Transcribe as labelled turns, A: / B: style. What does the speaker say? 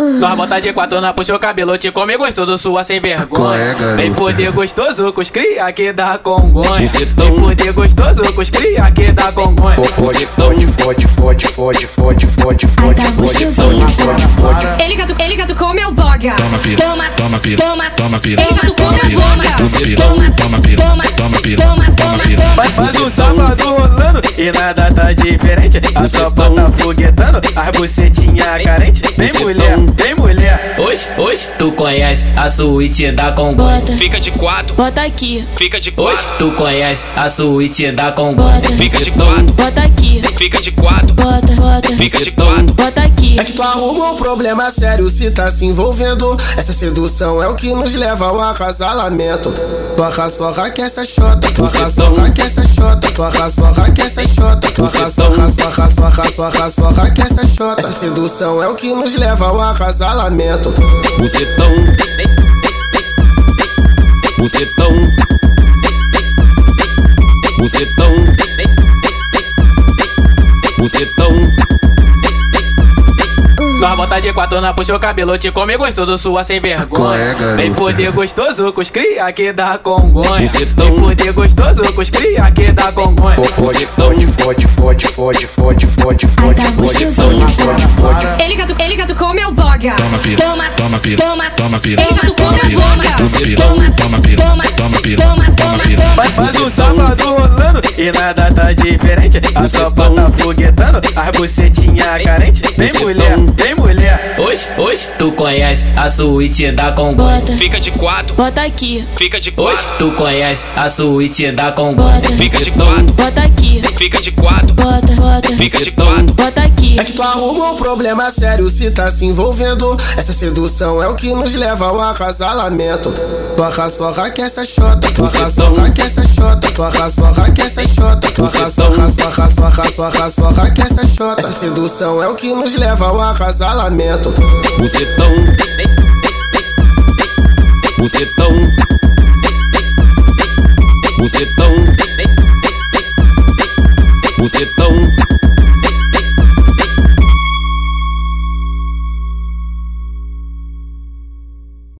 A: Nós bota de quatro na puxa o cabelo, te come gostoso, sua sem vergonha.
B: Qual é,
A: Vem
B: garota?
A: foder gostoso com os cria que dá congonha. Vem foder gostoso com os cria que dá congonha.
B: Fode, fode, fode, fode, fode, fode, fode,
C: Ai,
B: fode,
C: tá
B: fode,
C: gostosinho.
B: fode, fode, fode.
C: Ele gato, ele gato come é o boga.
D: Toma pira, toma pira, toma pira,
C: Toma, toma,
D: toma pira, toma pira, toma pira, toma pira, toma pira.
A: Mas o um sábado rolando e nada tá diferente. A sopa tá foguetando, as bucetinha carente. Vem mulher, vem mulher.
E: Hoje, hoje tu conhece a suíte da Congonha.
F: Bota,
G: Fica de quatro,
F: bota aqui,
G: fica de
E: Hoje
G: quatro,
E: tu conhece a suíte da Congonha.
F: bota,
G: fica de quatro,
F: bota aqui,
G: fica de quatro,
F: bota, bota,
G: fica de quatro.
F: bota aqui.
H: É que tu arruma um problema sério se tá se envolvendo. Essa sedução é o que nos leva ao acasalamento. Toca sorra que essa chota, toca sorra que essa chota, toca sorra que essa chota, toca sorra, sorra, sorra, sorra, sorra que essa chota. Essa sedução é o que nos leva ao acasalamento.
G: Bucetão, bucetão, bucetão, bucetão.
A: Nós bota de quatro na puxa o cabelo, te come gostoso, sua sem
B: Qual é,
A: vergonha.
B: garota?
A: Vem foder gostoso com os cria que dá congonha.
G: Bucetão.
A: Vem foder gostoso com os cria que dá congonha.
B: Fode, fode, fode, fode, fode, fode, fode,
C: Ai,
B: fode, fode,
C: tá gostosinho.
B: fode, fode, fode.
C: Ele gato, ele gato come é o boga.
D: Toma pira, toma pira, toma pira, toma pira, toma pira, toma pira, toma pira, toma pira.
A: Mas o um sábado rolando e nada tá diferente. A sopa tá foguetando, as bucetinha carente. Vem mulher, vem mulher.
E: Hoje, hoje tu conhece a suíte da Congonha.
F: Bota,
G: Fica de quatro,
F: bota aqui,
G: fica de
E: Hoje
G: quatro,
E: tu conhece a suíte da Congonha.
F: bota,
G: fica de quatro,
F: bota aqui,
G: fica de quatro,
F: bota, bota,
G: fica de quatro.
F: bota aqui.
H: É que tu arruma um problema sério se tá se envolvendo. Essa sedução é o que nos leva ao acasalamento. Toca sorra que essa chota, toca sorra que essa chota, toca sorra que essa chota, toca sorra, sorra, sorra, sorra, sorra que essa chota. Essa sedução é o que nos leva ao acasalamento.
G: Bucetão, bucetão, bucetão, bucetão.